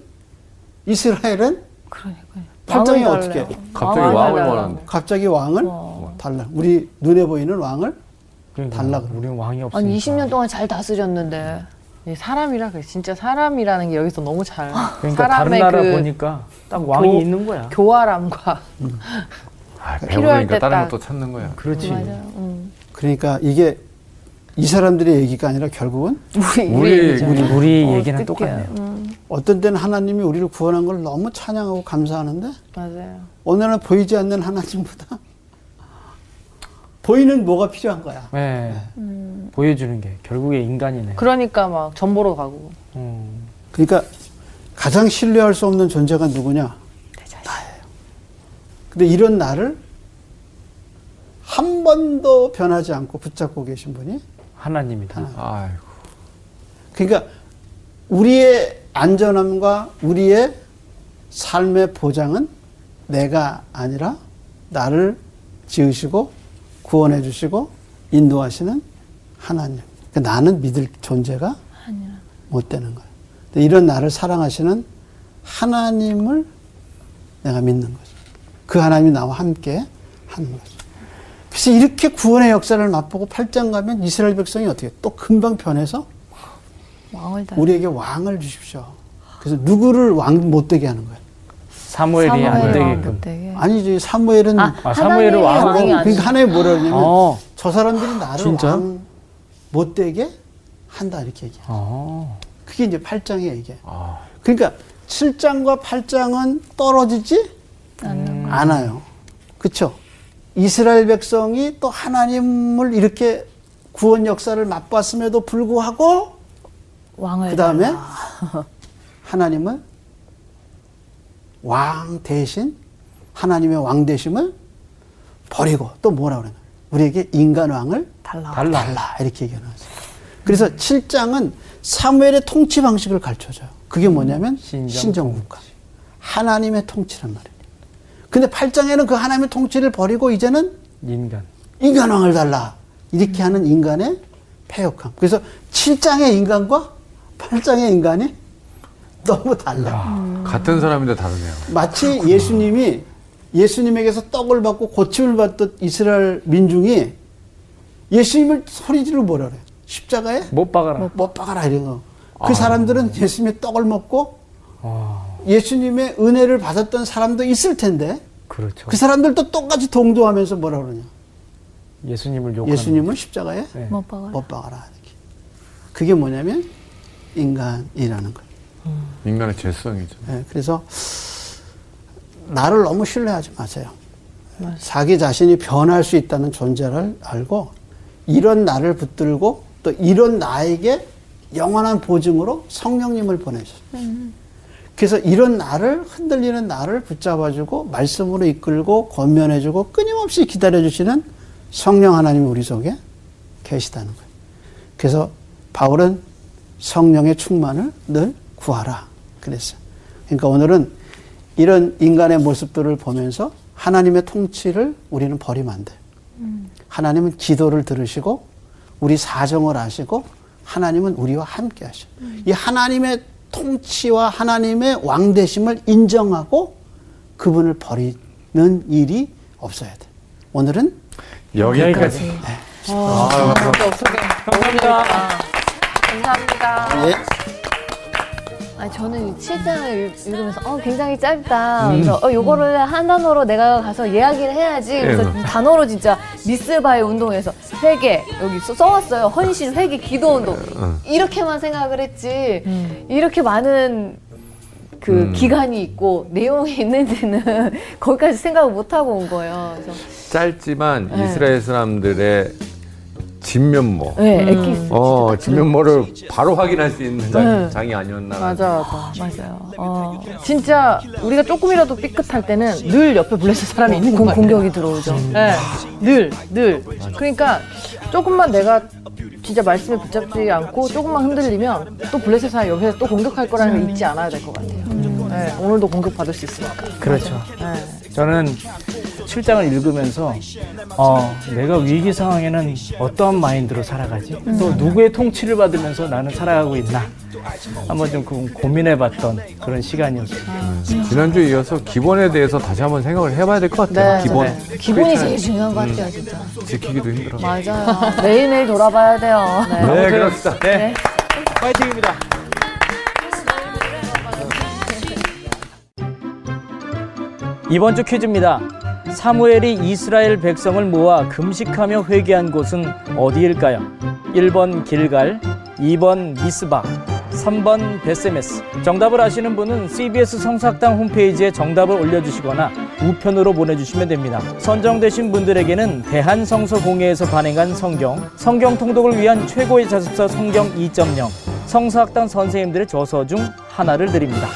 이스라엘은
그러니까요. 어.
팔짱이
왕을
어떻게 해요?
달라고.
갑자기
왕을
왕을
달라고.
원하는데.
갑자기 왕을 달라 우리 눈에 보이는 왕을
그러니까
달라 그래.
우리는 왕이 없으니까.
아니 20년 동안 잘 다스렸는데
네, 사람이라 그래 진짜 사람이라는 게 여기서 너무 잘
그러니까 다른
사람의
나라
그
보니까 딱 왕이
교-
있는 거야.
교활함과
아,
필요할 때
배부르니까 다른
딱.
것도 찾는 거야.
그렇지.
맞아요. 음.
그러니까 이게 이 사람들의 얘기가 아니라 결국은
우리
우리
우리 우리 얘기는
어떡해.
똑같네요. 음.
어떤 때는 하나님이 우리를 구원한 걸 너무 찬양하고 감사하는데
맞아요.
오늘은 보이지 않는 하나님보다 보이는 뭐가 필요한 거야.
네.
음.
보여주는 게 결국에 인간이네.
그러니까 막 전보러 가고.
음.
그러니까 가장 신뢰할 수 없는 존재가 누구냐? 나예요. 근데 이런 나를 한 번도 변하지 않고 붙잡고 계신 분이
하나님이다.
아이고.
그러니까 우리의 안전함과 우리의 삶의 보장은 내가 아니라 나를 지으시고 구원해 주시고 인도하시는 하나님. 그러니까 나는 믿을 존재가 못 되는 거예요. 근데 이런 나를 사랑하시는 하나님을 내가 믿는 거죠. 그 하나님이 나와 함께 하는 거죠. 그래서 이렇게 구원의 역사를 맛보고 팔장 가면 이스라엘 백성이 어떻게 해요? 또 금방 변해서
왕을 다
우리에게 왕을 주십시오. 그래서 누구를 왕 못 되게 하는 거예요.
사무엘이 안
사무엘 왕
되게끔.
그때.
아니지 사무엘은
예. 아,
아,
하나님의
사무엘은 왕-
왕이 아니.
그러니까 하나의 뭐라 그러냐면
어.
저 사람들이 나를
진짜?
왕 못 되게 한다 이렇게 얘기해요.
어.
그게 이제 8장의 얘기예요.
아.
그러니까 7장과 8장은 떨어지지 않아요. 그렇죠? 이스라엘 백성이 또 하나님을 이렇게 구원 역사를 맛봤음에도 불구하고
왕을
그 다음에 하나님을 왕 대신 하나님의 왕 대심을 버리고 또 뭐라 그러나 우리에게 인간 왕을
달라.
달라.
달라 이렇게 얘기하는 거죠. 그래서 7장은 사무엘의 통치 방식을 가르쳐줘요. 그게 뭐냐면
신정
신정 국가 하나님의 통치란 말이에요. 근데 8장에는 그 하나님의 통치를 버리고 이제는
인간.
인간왕을 달라. 이렇게 하는 인간의 패역함. 그래서 7장의 인간과 8장의 인간이 너무 달라.
같은 사람인데 다르네요.
마치 예수님이 예수님에게서 떡을 받고 고침을 받던 이스라엘 민중이 예수님을 소리지르 뭐라 그래요? 십자가에
못 박아라.
못 박아라 이래요. 그 사람들은 예수님의 떡을 먹고
아,
예수님의 은혜를 받았던 사람도 있을 텐데
그렇죠.
그 사람들도 똑같이 동조하면서 뭐라 그러냐?
예수님을 욕하는.
예수님을 십자가에
네.
못 박아라.
못 박아라 이렇게. 그게 뭐냐면 인간이라는 거예요.
인간의 죄성이죠.
예, 그래서 나를 너무 신뢰하지 마세요. 자기 자신이 변할 수 있다는 존재를 알고 이런 나를 붙들고 또 이런 나에게 영원한 보증으로 성령님을 보내셨어요. 그래서 이런 나를 흔들리는 나를 붙잡아주고 말씀으로 이끌고 권면해주고 끊임없이 기다려주시는 성령 하나님이 우리 속에 계시다는 거예요. 그래서 바울은 성령의 충만을 늘 구하라 그랬어요. 그러니까 오늘은 이런 인간의 모습들을 보면서 하나님의 통치를 우리는 버리면 안 돼요. 하나님은 기도를 들으시고 우리 사정을 아시고 하나님은 우리와 함께 하셔. 이 하나님의 통치와 하나님의 왕 되심을 인정하고 그분을 버리는 일이 없어야 돼. 오늘은
여기까지.
감사합니다.
감사합니다.
예.
아 저는 7장을 읽으면서 어 굉장히 짧다.
음.
그래서 어 요거를 한 단어로 내가 가서 이야기를 해야지. 그래서
예.
단어로 진짜 미스바의 운동에서 회개 여기 써- 써왔어요. 헌신, 회개, 기도 운동
음. 어.
이렇게만 생각을 했지. 이렇게 많은 그
음.
기간이 있고 내용이 있는지는 거기까지 생각을 못 하고 온 거예요. 그래서
짧지만
네.
이스라엘 사람들의 진면모.
네, 엑기스.
어, 진면모를 바로 확인할 수 있는 장, 장이 아니었나.
맞아, 맞아.
맞아요. 어,
진짜 우리가 조금이라도 삐끗할 때는 늘 옆에 블레스 사람이 있는 것 같아요.
공격이 들어오죠.
네, 늘, 늘. 그러니까 조금만 내가 진짜 말씀에 붙잡지 않고 조금만 흔들리면 또 블레셋 사람 옆에서 또 공격할 거라는
음.
걸 잊지 않아야 될 것 같아요. 네, 오늘도 공격받을 수 있으니까.
그렇죠.
네.
저는 7장을 읽으면서 어, 내가 위기 상황에는 어떠한 마인드로 살아가지? 또 누구의 통치를 받으면서 나는 살아가고 있나? 한번 좀 고- 고민해봤던 그런 시간이었어요.
지난주에 이어서 기본에 대해서 다시 한번 생각을 해봐야 될 것 같아요.
네.
기본.
기본이
그렇죠.
제일 중요한 것 같아요, 진짜.
지키기도 힘들어.
맞아요. 매일매일 돌아봐야 돼요. 네.
네, 그렇습니다.
네. 파이팅입니다. 이번 주 퀴즈입니다. 사무엘이 이스라엘 백성을 모아 금식하며 회개한 곳은 어디일까요? 1번 길갈, 2번 미스바, 3번 베스메스. 정답을 아시는 분은 CBS 성사학당 홈페이지에 정답을 올려주시거나 우편으로 보내주시면 됩니다. 선정되신 분들에게는 대한성서공회에서 발행한 성경, 성경 통독을 위한 최고의 자습서 성경 2.0, 성사학당 선생님들의 저서 중 하나를 드립니다.